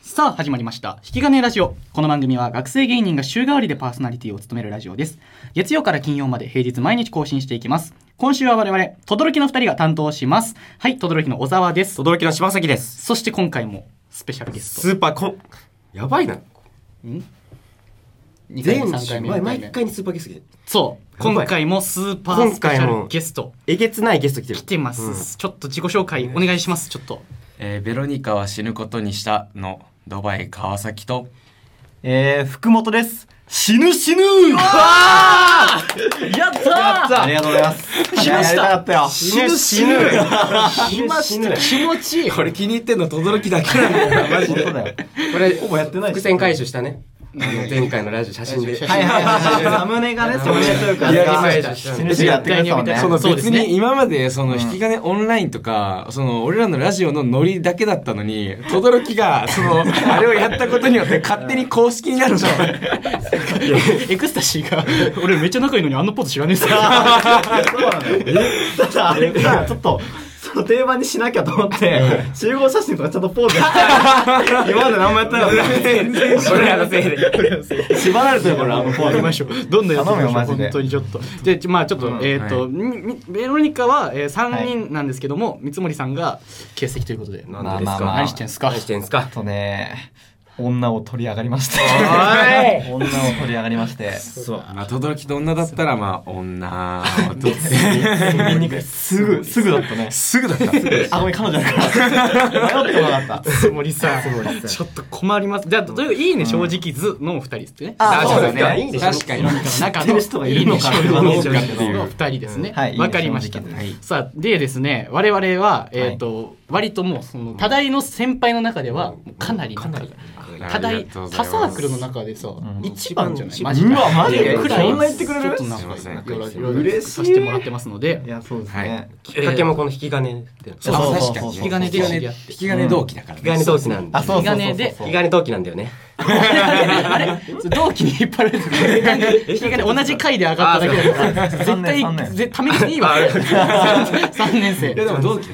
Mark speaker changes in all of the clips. Speaker 1: さあ始まりました引き金ラジオこの番組は学生芸人が週替わりでパーソナリティを務めるラジオです月曜から金曜まで平日毎日更新していきます今週は我々轟の2人が担当しますはい轟の小沢です
Speaker 2: 轟の柴崎です。
Speaker 1: そして今回もスペシャルゲス
Speaker 2: スーパーコン、やばいな。
Speaker 1: トん2回
Speaker 2: 前
Speaker 1: 目3
Speaker 2: 週
Speaker 1: 回目
Speaker 2: 前
Speaker 1: 4回
Speaker 2: 毎
Speaker 1: 目
Speaker 2: 回にスーパーゲスト来てる
Speaker 1: そう
Speaker 2: やばい
Speaker 1: 今回もスーパースペシ
Speaker 2: 今回
Speaker 1: ャル
Speaker 2: も
Speaker 1: ゲスト
Speaker 2: えげつないゲスト来てる。
Speaker 1: 来てます、
Speaker 2: うん
Speaker 1: ちょっと自己紹介お願いしますちょっと
Speaker 3: えーベロニカは死ぬことにしたのドバイ川崎と
Speaker 4: えー、福本です。死ぬ死ぬ
Speaker 1: やったや
Speaker 4: ありがとうございます。
Speaker 1: 来ました
Speaker 4: いややりたかったよ。
Speaker 2: 死ぬ死ぬ。
Speaker 1: 来ました気持ちいい
Speaker 2: これ気に入ってんの轟だけなんだよ。マジで。
Speaker 4: 本当だよ。
Speaker 2: これ
Speaker 4: ほぼやってないし
Speaker 2: 伏線回収したね。あの前回のラジオ写真 で。
Speaker 4: はいはいはい。サムネがね、サムネというか、
Speaker 2: やりました
Speaker 4: 死ぬ死ぬやってくれたもんね。
Speaker 1: そのそうで
Speaker 5: 別
Speaker 1: すね
Speaker 5: に今までその引き金オンラインとかその俺らのラジオのノリだけだったのに轟がそのあれをやったことによって勝手に公式になるじゃん
Speaker 1: エクスタシーが俺めっちゃ仲いいのにあんなポーズ知らねえさ
Speaker 4: そうなのよ。ただ、あれさ、ちょっと、その定番にしなきゃと思って、集合写真とかちゃんとポーズして、今まで何もやってなかった。俺らのせいで。縛られてる から、もうポ
Speaker 1: やり
Speaker 4: ー
Speaker 1: ま
Speaker 4: ズ。
Speaker 1: しょう。どんどんやっていきましょう。
Speaker 4: 頼むよマジで
Speaker 1: 本当にちょっと。じゃあちょ、まあちょっと、えっ、と、みみベロニカは、えー、3人なんですけども、三森さんが欠席ということで。
Speaker 2: な
Speaker 4: ま
Speaker 2: ん
Speaker 4: あ
Speaker 2: でです
Speaker 4: まあ
Speaker 2: か。
Speaker 4: まあ
Speaker 1: 何してんすか
Speaker 2: 何してんすか
Speaker 4: ちょっ。とね、女を取り上がりまして。
Speaker 2: お
Speaker 4: 女を取り上がりまして。そう。
Speaker 5: まあ轟と女だったらまあ女を取って
Speaker 4: すぐ、すぐだったね。
Speaker 5: すぐだった
Speaker 4: あ、ごめん、彼女だから。迷ってなかった。
Speaker 1: 三森さん。ちょっと困ります。じゃあ、といういいね、正直図のお二人ですね。
Speaker 4: あ
Speaker 2: そうだね
Speaker 4: そうですね
Speaker 2: いいんでしょ
Speaker 5: 確かに
Speaker 1: ベロニカの中
Speaker 4: 知って
Speaker 1: の
Speaker 4: る人がいるのか
Speaker 1: いいね
Speaker 4: どうか
Speaker 1: 正
Speaker 5: ってい
Speaker 1: 直図
Speaker 5: う
Speaker 1: の二人ですね。
Speaker 4: はい
Speaker 1: わかりまし
Speaker 4: い
Speaker 1: た
Speaker 4: いね。
Speaker 1: さあ、でですね、我々は、えっ、と、割ともう、その、多大の先輩の中では、もうかなり仲がいい。多
Speaker 5: あ
Speaker 1: 大、
Speaker 5: りがとうござ
Speaker 1: 他
Speaker 5: います
Speaker 1: サークルの中でさ、
Speaker 4: ん
Speaker 1: 一番じゃない
Speaker 2: 一
Speaker 1: マ
Speaker 2: 番
Speaker 1: ジで。
Speaker 4: うわマジで
Speaker 1: くらい
Speaker 4: そんな言ってくれる
Speaker 1: ちょっと仲
Speaker 5: すいま
Speaker 1: 良
Speaker 5: せ
Speaker 1: く
Speaker 5: ん
Speaker 4: 嬉しい
Speaker 1: させてもらってますので
Speaker 4: い、や、そうです
Speaker 5: はい
Speaker 4: ね。
Speaker 2: きっかけもこの引き金って。引
Speaker 4: そう
Speaker 1: あ
Speaker 4: そうそう
Speaker 5: 確かに
Speaker 1: 引き金で知り合っ
Speaker 5: 引
Speaker 1: て。
Speaker 5: き金同期だから
Speaker 2: き金同期なんで。
Speaker 4: あ、
Speaker 2: 引
Speaker 4: そうそうそうそう。
Speaker 1: 引き金で
Speaker 2: き金同期なんだよね。
Speaker 1: あれ同期に引っ張られてる。引き金同じ回で上がっただけだから、絶
Speaker 4: 三年
Speaker 1: 対
Speaker 4: 三、年
Speaker 1: ぜためにいいわ。3年生。
Speaker 5: でも同期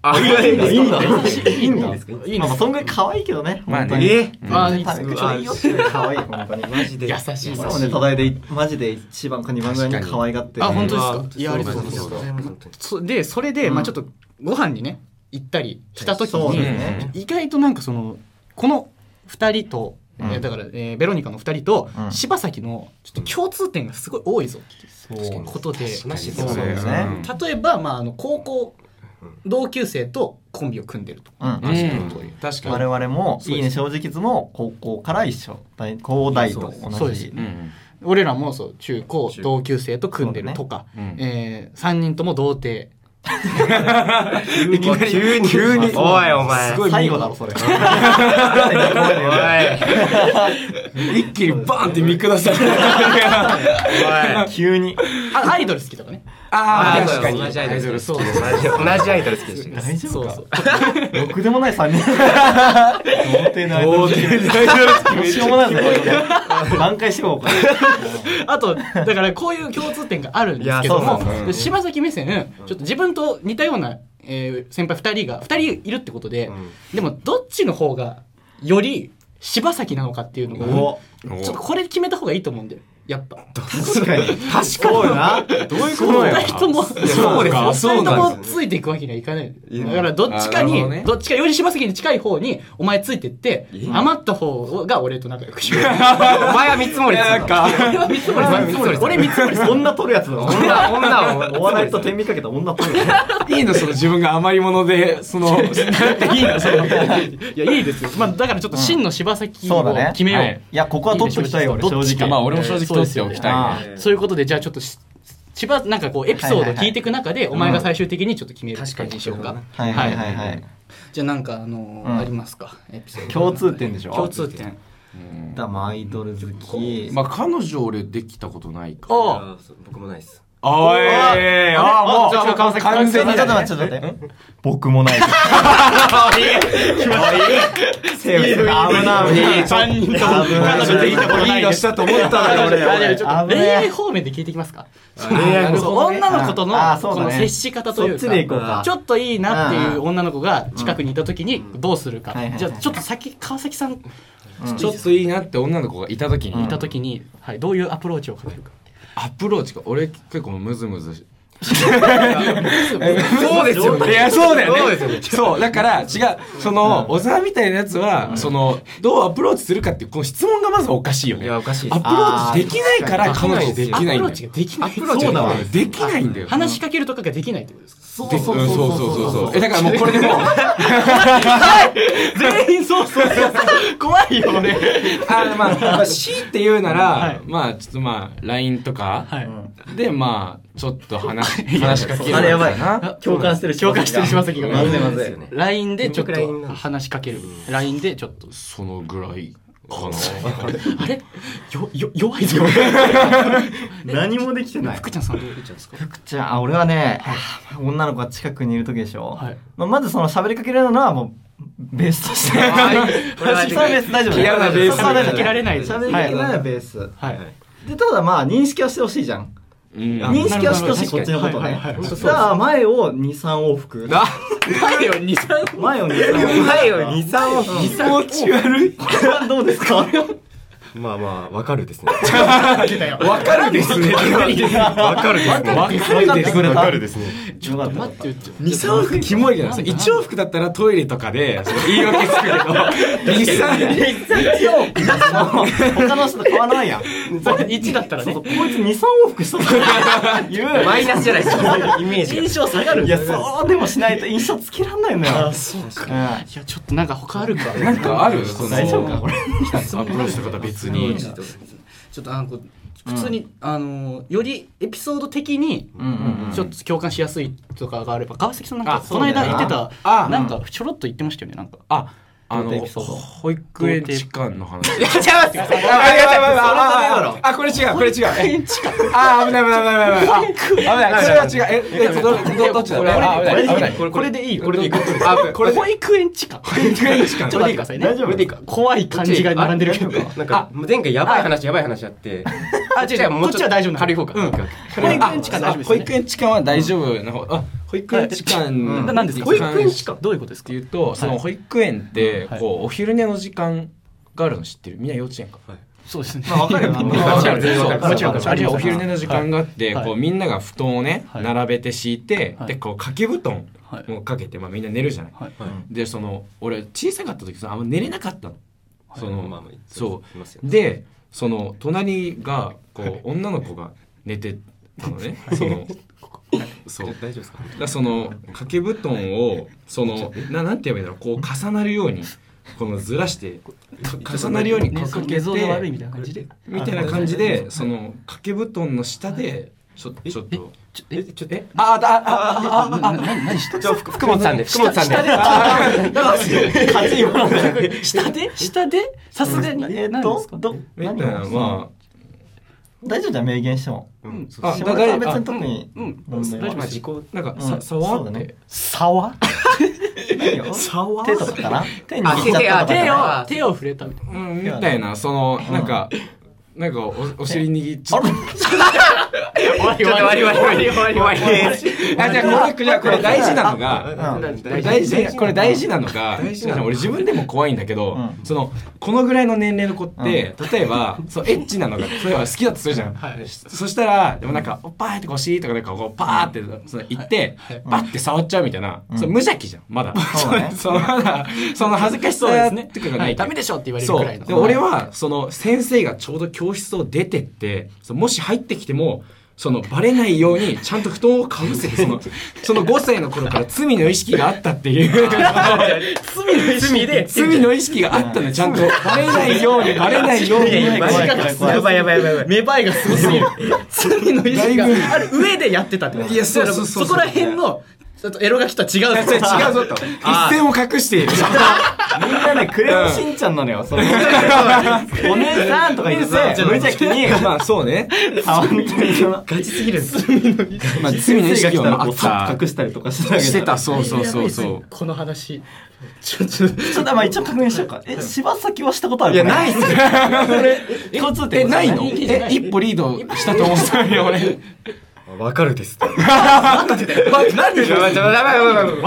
Speaker 2: あ、いいんだ。いいんだ。
Speaker 1: いいんだ。いい
Speaker 4: ま
Speaker 1: の
Speaker 4: あまあ、そんぐらい可愛いけどね。
Speaker 5: まあね
Speaker 4: 本当に
Speaker 2: え
Speaker 1: まあ、いい
Speaker 4: 食べ口がいいよっていう可愛い、本当に。マジで。
Speaker 1: 優しい。
Speaker 4: そうね、ただいで、マジで一番か二番ぐらいに可愛がってる。
Speaker 1: あ本当ですか
Speaker 2: あ
Speaker 1: いやありがとうございます
Speaker 2: 本当に
Speaker 1: そで、それで、まあちょっと、ご飯にね、行ったりした時
Speaker 4: そう
Speaker 1: に
Speaker 4: です、ね。
Speaker 1: 意外となんかそのこの2人と、えーだから、えーベロニカの2人と、
Speaker 4: うん
Speaker 1: 柴崎のちょっと共通点がすごい多いぞって
Speaker 4: そう。
Speaker 1: ことで、
Speaker 2: マジで
Speaker 4: そう
Speaker 2: そ
Speaker 4: だ
Speaker 2: う
Speaker 4: よね
Speaker 5: うん
Speaker 1: 例えば、まあ、あの高校同級生とコンビを組んでると。
Speaker 4: うん。
Speaker 5: うん確か
Speaker 4: 我々も、いいね、正直図も高校から一緒。大高大と
Speaker 1: そう
Speaker 4: 同
Speaker 1: です
Speaker 4: じ
Speaker 5: にう。ん
Speaker 1: 俺らもそう中高同級生と組んでるとか、
Speaker 5: うん
Speaker 1: え3人とも童貞
Speaker 2: 急に急に急に おいお前
Speaker 5: すごい
Speaker 4: 最後だろ、それ。
Speaker 2: お
Speaker 5: 一気にバーンって見下される
Speaker 2: いおい
Speaker 4: 急に。
Speaker 1: あアイドル好きとかね
Speaker 5: あ
Speaker 2: あ
Speaker 5: あ
Speaker 2: そう
Speaker 5: 確かに
Speaker 2: 同じアイドル好き
Speaker 1: そう
Speaker 2: 同じアイドル好きでした
Speaker 4: 大丈夫
Speaker 1: そう
Speaker 4: か
Speaker 1: そう
Speaker 4: ろくでもない3人。童貞の間
Speaker 5: 大手大丈夫
Speaker 4: どうしようもないぞ、これ。挽回しよ うか。
Speaker 1: あとだからこういう共通点があるんですけども
Speaker 2: いやそうなんだ
Speaker 1: 柴崎目線ちょっと自分と似たような、えー先輩2人が2人いるってことで、
Speaker 2: ん
Speaker 1: でもどっちの方がより柴崎なのかっていうの
Speaker 4: お
Speaker 1: がちょっとこれ決めた方がいいと思うんだよやっぱ
Speaker 4: 確かに。確かに。そうよな。どういうこと
Speaker 1: 2人とも
Speaker 5: そうです
Speaker 1: 2
Speaker 5: かそ
Speaker 1: 人
Speaker 5: うなん
Speaker 1: と
Speaker 5: で
Speaker 1: も
Speaker 5: す
Speaker 1: ついていくわけにはいかないだからどっちか
Speaker 5: あなる
Speaker 1: にど,、
Speaker 5: ほど
Speaker 1: っ
Speaker 5: ね
Speaker 1: ちかより柴崎に近い方にお前ついてって余った方が俺と仲良くしよう
Speaker 2: お前は三つ森さん
Speaker 5: なんか
Speaker 1: 俺は三つ森さん俺三つ森さん
Speaker 4: 女取るやつだな。
Speaker 2: 女女を
Speaker 4: お笑いと天秤かけた女取るや
Speaker 5: いいのその自分が余り物でそのなんていいのその
Speaker 1: いやいいですよ、まあ、だからちょっと真の柴崎
Speaker 4: そう
Speaker 1: を
Speaker 4: だね
Speaker 1: 決めよう,、
Speaker 5: はい
Speaker 4: つ。いや、ここは取っときたいよ、俺、
Speaker 1: どっ
Speaker 4: 正
Speaker 1: ちか
Speaker 4: 直。
Speaker 5: まあ俺も正直取っておきたいね
Speaker 1: そういうことでじゃあちょっとし千葉なんかこうエピソードを聞いていく中で、お前が最終的にちょっと決める
Speaker 2: 確か
Speaker 1: 感
Speaker 2: に
Speaker 1: じにしようか、
Speaker 4: はいはいはいはい。
Speaker 1: じゃあなんかあのー
Speaker 4: うん
Speaker 1: ありますかエピソード
Speaker 4: 共通点でしょ
Speaker 1: 共通点
Speaker 4: だ、まあアイドル好き。
Speaker 5: まあ彼女俺できたことないか
Speaker 1: お
Speaker 5: ら
Speaker 1: う
Speaker 2: 僕もないです
Speaker 5: おいああもう
Speaker 4: じゃあもう川崎
Speaker 5: 完全に
Speaker 4: ちょっ
Speaker 5: だ
Speaker 4: と
Speaker 5: ね
Speaker 4: 待ってちょっと待って
Speaker 6: 僕もないです。
Speaker 4: セーフセーフ危ない危ない
Speaker 1: 3人とも
Speaker 4: 危ない
Speaker 1: 彼女でいいところない
Speaker 5: いい
Speaker 1: で
Speaker 5: の
Speaker 1: す
Speaker 5: したと思ったのよ俺
Speaker 1: あじゃあちょっと
Speaker 4: 危ね
Speaker 1: 恋
Speaker 4: え
Speaker 1: 愛方面で聞いていきますか
Speaker 4: 恋愛も
Speaker 1: そう女の子との
Speaker 4: あーそう
Speaker 1: こ
Speaker 4: だね
Speaker 1: の接し方というか
Speaker 4: そっちで行こうか
Speaker 1: ちょっといいなっていう女の子が近くにいた時にどうするか
Speaker 4: はいはいはい
Speaker 1: じゃあちょっと先川崎さん
Speaker 5: ちょっといいなって女の子がいた時に
Speaker 1: いた時にはいどういうアプローチをかけるか
Speaker 5: アプローチが俺結構ムズムズし
Speaker 3: そうですよ
Speaker 5: いやそうだよねそうだから違うその小沢みたいなやつはそのどうアプローチするかっていうこの質問がまずおかしいよ
Speaker 2: い
Speaker 5: ね
Speaker 2: や
Speaker 5: ア
Speaker 2: おかしい
Speaker 5: プローチできないから彼女でき
Speaker 1: アプ
Speaker 5: ないん
Speaker 1: ロ
Speaker 5: だ
Speaker 1: ー
Speaker 5: よ
Speaker 1: チができない
Speaker 5: そうだわ
Speaker 1: そう
Speaker 5: できないんだよ
Speaker 1: 話しかけるとかができないってことですか
Speaker 5: そうそうそうそうそうえだからもうこれでもうあ
Speaker 1: 全員そうそうそうそう怖いよね
Speaker 5: ーまあまあ C って言うな
Speaker 1: はい
Speaker 5: らまあちょっとまあ LINE と
Speaker 1: は
Speaker 5: か
Speaker 1: い
Speaker 5: でまあちょっと話 話しかける
Speaker 4: あれやばい
Speaker 5: な
Speaker 4: 共感してる
Speaker 1: 共感してる島崎が
Speaker 4: まずいまずい
Speaker 1: LINE でちょっ
Speaker 2: 僕 LINE
Speaker 1: と
Speaker 2: なんです
Speaker 1: 話しかける LINE でちょっと
Speaker 5: そのぐらいかな
Speaker 1: あれよよ弱いぞ
Speaker 4: 何もできてない
Speaker 1: 福ちゃんさんどういうことですか
Speaker 4: 福ちゃんあ俺はねあ女の子が近くにいる時でしょ
Speaker 1: はい
Speaker 4: まあまずその喋りかけられるのはもうベースとして
Speaker 2: 俺は
Speaker 4: 私はベース大丈夫
Speaker 5: 嫌なベース
Speaker 4: そう
Speaker 1: 喋りかけられないです
Speaker 4: 喋りかけられないベース
Speaker 1: はい
Speaker 4: でただまあ認識はしてほしいじゃん
Speaker 5: うん
Speaker 1: に
Speaker 4: 認識はしてほしいこっちのこと
Speaker 1: はい
Speaker 4: ね
Speaker 1: はいはい
Speaker 4: じゃあ前を23往復
Speaker 1: 前を二三
Speaker 4: 前を23往復
Speaker 2: 前を二三往復
Speaker 4: 気持ち悪いこれはどうですか
Speaker 2: まあまあわかるですね
Speaker 5: わかるですね。
Speaker 2: わかるですね
Speaker 5: わかるですね。
Speaker 2: わかるですね
Speaker 4: ちょっと
Speaker 1: 待ってちょっ
Speaker 5: 二三往復キモいじゃないですか。一往復だったらトイレとかでその言い訳つくけど、 二三
Speaker 4: 他の人と変わらないやん
Speaker 1: と一だったら
Speaker 4: そ
Speaker 1: ね
Speaker 4: うそうこいつ23往復したか ら
Speaker 2: マイナスじゃないですかイメージが
Speaker 1: 印象下がる
Speaker 4: いやそうでもしないと印象つけらんないのよ
Speaker 1: そうか
Speaker 4: うん
Speaker 1: いやちょっとなんか他あるか
Speaker 5: なんかあるその
Speaker 4: 大丈夫かこれ
Speaker 5: アプローチした方別
Speaker 1: う
Speaker 5: に
Speaker 1: ん。ちょっとあのこう普通に、あのよりエピソード的にちょっと共感しやすいとかがあれば川崎さんなんか
Speaker 5: あ
Speaker 1: この間言ってた
Speaker 5: ああ
Speaker 1: なんかちょろっと言ってましたよねなんか
Speaker 5: あ、あ
Speaker 4: どういう
Speaker 5: の
Speaker 4: エピソード
Speaker 5: 保育園時間の話。
Speaker 2: いや違います
Speaker 5: あ、あ、あ、これ違う、これ違う。 あ、危ない危 ない危ない危ない。あ、危ない。これは違う。え、え、ど、ど、どっちだ。あ、危ない危ない。
Speaker 1: これでいいよ
Speaker 5: これでいい。あ、こ
Speaker 1: これ
Speaker 5: れ。
Speaker 1: 保育園地か
Speaker 5: 保育園時間
Speaker 1: ちょっと待ってくださいね
Speaker 4: 大丈夫
Speaker 1: これでいいか怖い感じが並んでるけど
Speaker 2: なんか前回やばい話やばい話やって
Speaker 1: あ違う違う
Speaker 2: も
Speaker 1: こっ
Speaker 2: うちょっと
Speaker 1: ちは大丈夫なの
Speaker 2: 軽い方か
Speaker 1: うん
Speaker 2: オッケーオッ
Speaker 1: 保育園地か大丈夫です
Speaker 5: 保
Speaker 1: よね
Speaker 5: 育園時間は大丈夫な方。あ、保育園時間。
Speaker 1: ななんですか
Speaker 5: 保育園時間。
Speaker 1: どういうことです
Speaker 5: っ
Speaker 1: か
Speaker 5: ていうと、その保育園って、こうお昼寝の時間があるの知ってるみんな幼稚園か、
Speaker 1: そうですね
Speaker 4: まあわかるよ
Speaker 1: みんな
Speaker 4: まあ わかる
Speaker 1: そう
Speaker 5: そう
Speaker 1: もちろん
Speaker 5: あるいはお昼寝の時間があって、
Speaker 1: はい
Speaker 5: こうみんなが布団をね、
Speaker 1: はい
Speaker 5: 並べて敷いて、
Speaker 1: はい
Speaker 5: でこう掛け布団
Speaker 1: はい
Speaker 5: をかけて、まあ、みんな寝るじゃない、
Speaker 1: はい
Speaker 5: でその俺小さかった時そのあんま寝れなかったの、その、
Speaker 2: まあまあ
Speaker 5: そう
Speaker 2: いますよね
Speaker 5: でその隣がこう女の子が寝てたのねそのそう
Speaker 2: 大丈夫ですか
Speaker 5: だからその掛け布団をそのななんて言えばいいんだろうこう重なるようにこのずらしてか重なるようにこうかけ
Speaker 1: 寝相が悪い
Speaker 5: て
Speaker 1: みたいな感じで
Speaker 5: みたいな感じでその掛け布団の下でちょちょっと
Speaker 1: ちょえ
Speaker 2: ちょっとえ
Speaker 5: あああああ
Speaker 1: あなな何して
Speaker 2: じゃあ福本さんで福本さんで
Speaker 1: 下で下でさすがに
Speaker 4: え
Speaker 1: 何
Speaker 4: っ
Speaker 1: です
Speaker 4: と
Speaker 1: か
Speaker 4: ど
Speaker 5: みたい
Speaker 4: 何
Speaker 5: なま
Speaker 4: 大丈夫じゃん明言しても
Speaker 2: うん
Speaker 5: ああ
Speaker 4: 島
Speaker 5: だ
Speaker 4: 田
Speaker 5: だいあ
Speaker 4: さん別に特に
Speaker 1: うん
Speaker 4: 問題
Speaker 1: 大丈
Speaker 4: は
Speaker 1: 夫
Speaker 2: まあ自己
Speaker 5: なんか
Speaker 4: う
Speaker 5: さ
Speaker 4: ん
Speaker 5: さわ
Speaker 4: そう
Speaker 5: っ
Speaker 4: だね
Speaker 5: て
Speaker 1: 沢
Speaker 5: 沢
Speaker 4: 手とかかな手に握っちゃったとか
Speaker 1: 手
Speaker 4: かな
Speaker 1: を手を触れたみたいな
Speaker 5: うんみたいなそのなんかなんかおお尻握っちゃった
Speaker 2: ちょっと終わり終わり終わり終わり終わり
Speaker 5: あじゃあこれじゃあこれ大事なのが
Speaker 4: うん
Speaker 5: これ大事これ大事なのが俺自分でも怖いんだけど、
Speaker 4: うん
Speaker 5: そのこのぐらいの年齢の子って、例えばそうエッチなのが例えば好きだとするじゃん、そしたらでもなんか「おっぱい」とか「お尻」とかなんかこうパーってその言って、バッて触っちゃうみたいな、それ無邪気じゃんまだ、
Speaker 4: そうだね
Speaker 5: そのまだその恥ずかしさ
Speaker 1: そうですね
Speaker 5: とかが
Speaker 1: は
Speaker 5: ないい
Speaker 1: ダメでしょって言われる
Speaker 5: そ
Speaker 1: くらいうの
Speaker 5: で俺はその先生がちょうど教室を出てってそうもし入ってきてもそのバレないようにちゃんと布団をかぶせてそのその5歳の頃から罪の意識があったっていう
Speaker 1: 罪の意識で
Speaker 5: 罪の意識があったのちゃんとバレないようにバレないように
Speaker 4: マジか
Speaker 2: やばいやばいやばいやばい
Speaker 1: 芽生えがすごすぎる罪の意識がある上でやってたってこと
Speaker 5: いやそうそうそうそう
Speaker 1: こら辺のちょっとエロがきとは違う
Speaker 5: それ違うぞと一線を隠している
Speaker 4: みんなね、クレヨンしんちゃんなのよ。そのお姉さんとか言って、無邪気に、
Speaker 5: まあそうね。
Speaker 4: あ、本当にその、
Speaker 2: ガチすぎるんです
Speaker 5: まあ罪の意識はあ
Speaker 4: こうさ
Speaker 5: っ
Speaker 4: 隠したりとかしてた
Speaker 5: た。
Speaker 4: けど。
Speaker 5: してた、そうそうそ
Speaker 2: やば
Speaker 5: う
Speaker 2: い
Speaker 5: そ
Speaker 2: っすこの話ちょちょ
Speaker 4: ちょっとまあ一応確認しようか。え、柴崎はしたことあ
Speaker 5: う。
Speaker 4: る
Speaker 5: いや、ないっすね。
Speaker 4: え共通
Speaker 5: え、
Speaker 4: 点
Speaker 5: ないの
Speaker 4: い
Speaker 5: え、一歩リードしたと思ったよ、俺。
Speaker 2: わかるですやばいやばいやばいやばいわ
Speaker 5: 何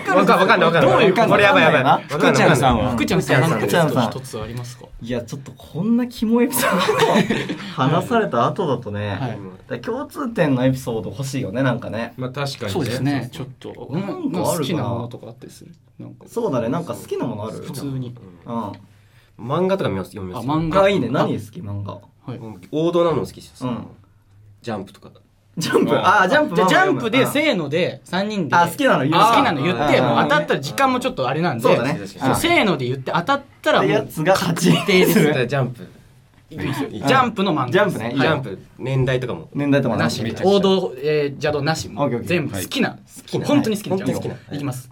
Speaker 2: かるわかんないわかんない
Speaker 5: どういうこと
Speaker 2: これやばいやばい
Speaker 4: わか
Speaker 2: わかん
Speaker 5: 福
Speaker 2: ない
Speaker 5: ちゃんさんは。
Speaker 2: 福
Speaker 5: 福
Speaker 2: ちゃんさんは
Speaker 4: 福ちゃんさん
Speaker 2: 一つありますか
Speaker 4: や、ちょっとこんなキモいエピソード話された後だとね、
Speaker 1: はい
Speaker 4: だから共通点のエピソード欲しいよね、なんかね。
Speaker 5: まあ確かに。
Speaker 1: そうです。ねちょっとう
Speaker 4: なんかあ
Speaker 1: んなか好
Speaker 4: るかなん
Speaker 1: きなものとかあったりするなんか
Speaker 4: そうだね、なんか好きなものある
Speaker 1: 普通に
Speaker 4: うん。
Speaker 2: 漫画とか見ます読み
Speaker 1: あ
Speaker 2: ます
Speaker 1: 漫画
Speaker 4: あ、いいね。何好き漫画。
Speaker 1: はい
Speaker 2: 王道なのも好きです
Speaker 4: うん
Speaker 2: ジャンプとか
Speaker 4: ジャンプ。あ、ジャンプ。
Speaker 1: じゃあジャンプで
Speaker 4: せ
Speaker 1: せーので3人で
Speaker 4: あ、好きなの言う
Speaker 1: 好きなの言って
Speaker 4: あー
Speaker 1: もう当たったら時間もちょっとあれなんで
Speaker 4: そうだね。
Speaker 2: そう
Speaker 1: そう
Speaker 4: あ
Speaker 1: せーので言って当たったら
Speaker 4: って
Speaker 1: も
Speaker 4: や
Speaker 1: う
Speaker 4: つが勝ち
Speaker 1: 定です
Speaker 2: だからジャンプいいですよい
Speaker 1: ジ
Speaker 2: いですよ
Speaker 1: ャンプの漫画
Speaker 4: ジャンプね
Speaker 2: ジ
Speaker 4: いいよ
Speaker 2: ャンプ年代とかも
Speaker 4: 年代とか
Speaker 1: なし
Speaker 4: 好
Speaker 1: みたいな王道えー邪道なし
Speaker 4: オッケーオッケー
Speaker 1: 全部好きな好
Speaker 4: きな
Speaker 1: 本当に好きな
Speaker 4: はい
Speaker 1: ジャンプ
Speaker 4: 本当に好きない
Speaker 1: きます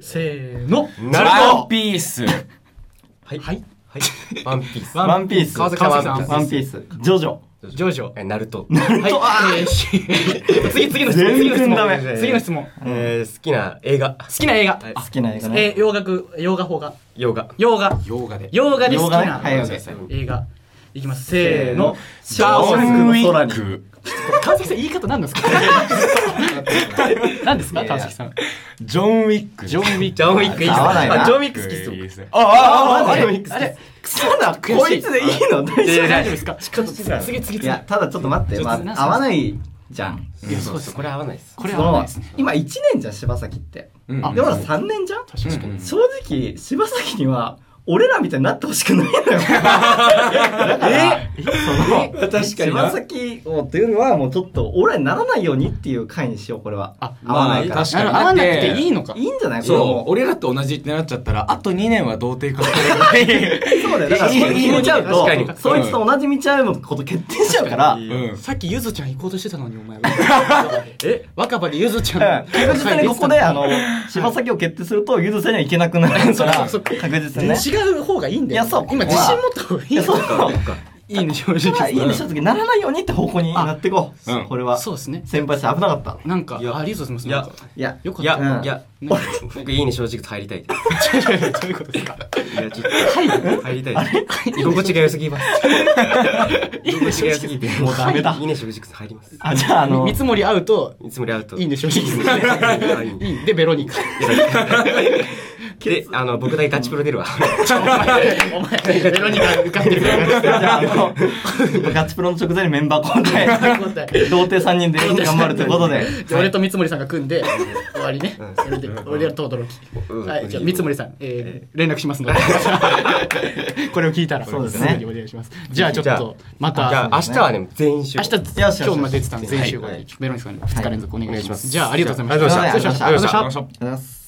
Speaker 1: せーの
Speaker 2: なる
Speaker 5: ワン
Speaker 2: ほど
Speaker 5: ピース。
Speaker 2: はいはいワンピース
Speaker 4: ワンピース。
Speaker 1: 川崎さん
Speaker 4: ワンピース。ジョジョ。
Speaker 1: ジョジョ
Speaker 2: えナルト
Speaker 1: はいえー 次次の質問次の質
Speaker 4: 全然ダ
Speaker 1: 問
Speaker 4: メ
Speaker 1: 次の質問好
Speaker 2: えー好きな映画
Speaker 1: きな映画
Speaker 4: 好きな映画
Speaker 1: え
Speaker 4: ね。
Speaker 1: ー洋楽洋画邦画
Speaker 2: 洋画
Speaker 1: 洋画
Speaker 5: 洋画で。
Speaker 1: 洋画で好き
Speaker 4: 洋画ね
Speaker 1: な
Speaker 4: はいはい
Speaker 1: 映画いきますせーの
Speaker 4: ダウンウィック。
Speaker 5: ク。
Speaker 1: 川崎さん言い方何なんですか何ですか川崎さん
Speaker 5: ジョン・ウィック。
Speaker 1: ジョン・ウィック
Speaker 2: ジョンウィックいいっす
Speaker 4: 合わないな
Speaker 2: あジョンウィック好きっす
Speaker 5: いい
Speaker 2: 僕
Speaker 5: ですね。
Speaker 4: ああ
Speaker 1: あ
Speaker 4: あ
Speaker 1: あ
Speaker 4: れ
Speaker 1: れあれ
Speaker 4: そうだ、
Speaker 1: 悔しい
Speaker 4: こいつでいいの大
Speaker 1: 大
Speaker 4: 丈夫
Speaker 1: 丈夫ですか次次
Speaker 4: い
Speaker 1: 次
Speaker 4: や、ただちょっと待って。まあ
Speaker 1: ちょっとな
Speaker 4: 合わないじゃん。
Speaker 1: いやそうです
Speaker 2: これ合わないです
Speaker 1: これはないですね
Speaker 4: その今1年じゃん、柴崎って。
Speaker 5: うん
Speaker 1: あ
Speaker 4: でも3年じゃん
Speaker 1: 確かに
Speaker 4: 正直、柴崎には、俺らみたいになってほしくないのよ。だから、その、
Speaker 5: 確かにな
Speaker 4: 柴崎をというのは、もうちょっと、俺らにならないようにっていう回にしよう、これは。
Speaker 1: あ
Speaker 4: 合わないから。
Speaker 5: 確
Speaker 1: なる
Speaker 5: かに
Speaker 1: ほど合わなくていいのか
Speaker 4: いいんじゃない
Speaker 5: そう、
Speaker 4: こ
Speaker 5: 俺らと同じってなっちゃったら、あと2年は童貞化される。
Speaker 4: れもそうだよ。だから、
Speaker 5: いい
Speaker 4: そいつ見ちゃう
Speaker 5: 確かに
Speaker 4: と、そいつと同じ見ちゃうのこと決定しちゃうから、う ん
Speaker 5: うん。
Speaker 1: さっきゆずちゃん行こうとしてたのにお前はえ若葉でゆずちゃん
Speaker 4: 確実にここで、あの、柴崎を決定すると、ゆずせにはいけなくなるから、
Speaker 1: そうそう
Speaker 4: 確実にね。
Speaker 1: 違う方がいいんだよ
Speaker 4: いやそう
Speaker 1: 今自信持った方がいい
Speaker 4: い
Speaker 1: よ
Speaker 4: や、そう。
Speaker 1: いいね正直
Speaker 4: いいね、正直、ならないようにって方向になっていこ
Speaker 5: あう
Speaker 4: う。
Speaker 5: ん
Speaker 4: これは。
Speaker 1: そうですね
Speaker 4: 先輩さん危なかった。
Speaker 1: なんか
Speaker 2: いや
Speaker 1: あありがとうござい
Speaker 2: いや
Speaker 1: ますなんか
Speaker 4: いや、
Speaker 1: よか
Speaker 2: い
Speaker 1: った
Speaker 2: や
Speaker 4: うん
Speaker 2: いや僕いいね正直と入りたいです
Speaker 1: どういうことですか
Speaker 2: いや、ちょっと、入りたいです。居心地が良すぎます。居心地が良すぎて。もう
Speaker 4: ダメだ
Speaker 2: いいね、食事入ります。
Speaker 4: あ、じゃあ、あの、
Speaker 1: 見積もり合うと
Speaker 2: いつもりアウト。
Speaker 1: いいね正直
Speaker 2: いいね
Speaker 1: いいでベロニカ
Speaker 2: で、あの、僕だけガチプロ出るわ。
Speaker 1: お前ベロニカ受かってるから
Speaker 4: じゃあ、あの、ガチプロの直前にメンバー交代、
Speaker 1: 交代
Speaker 4: 童貞3人で頑張るということで、
Speaker 1: で俺と三森さんが組んで終わりねそれで俺らと驚き
Speaker 2: うん
Speaker 1: はいじゃあ三森さんえー連絡しますのでこれを聞いたら
Speaker 4: そうですね
Speaker 1: ぐにお願いしますじゃあちょっ
Speaker 2: じゃあ
Speaker 1: とま
Speaker 2: じゃあ、
Speaker 1: た
Speaker 2: 明日はね、全員集合
Speaker 1: 明日今
Speaker 4: よし
Speaker 1: 日まで出てたんで全集合
Speaker 2: は
Speaker 1: で
Speaker 2: い
Speaker 1: ベロニカさん2日連続お願いしま
Speaker 2: は
Speaker 1: す
Speaker 2: い
Speaker 1: じゃあありがとうございました
Speaker 4: ありがとうございました
Speaker 1: ありがとうございました
Speaker 4: ありがとうございます。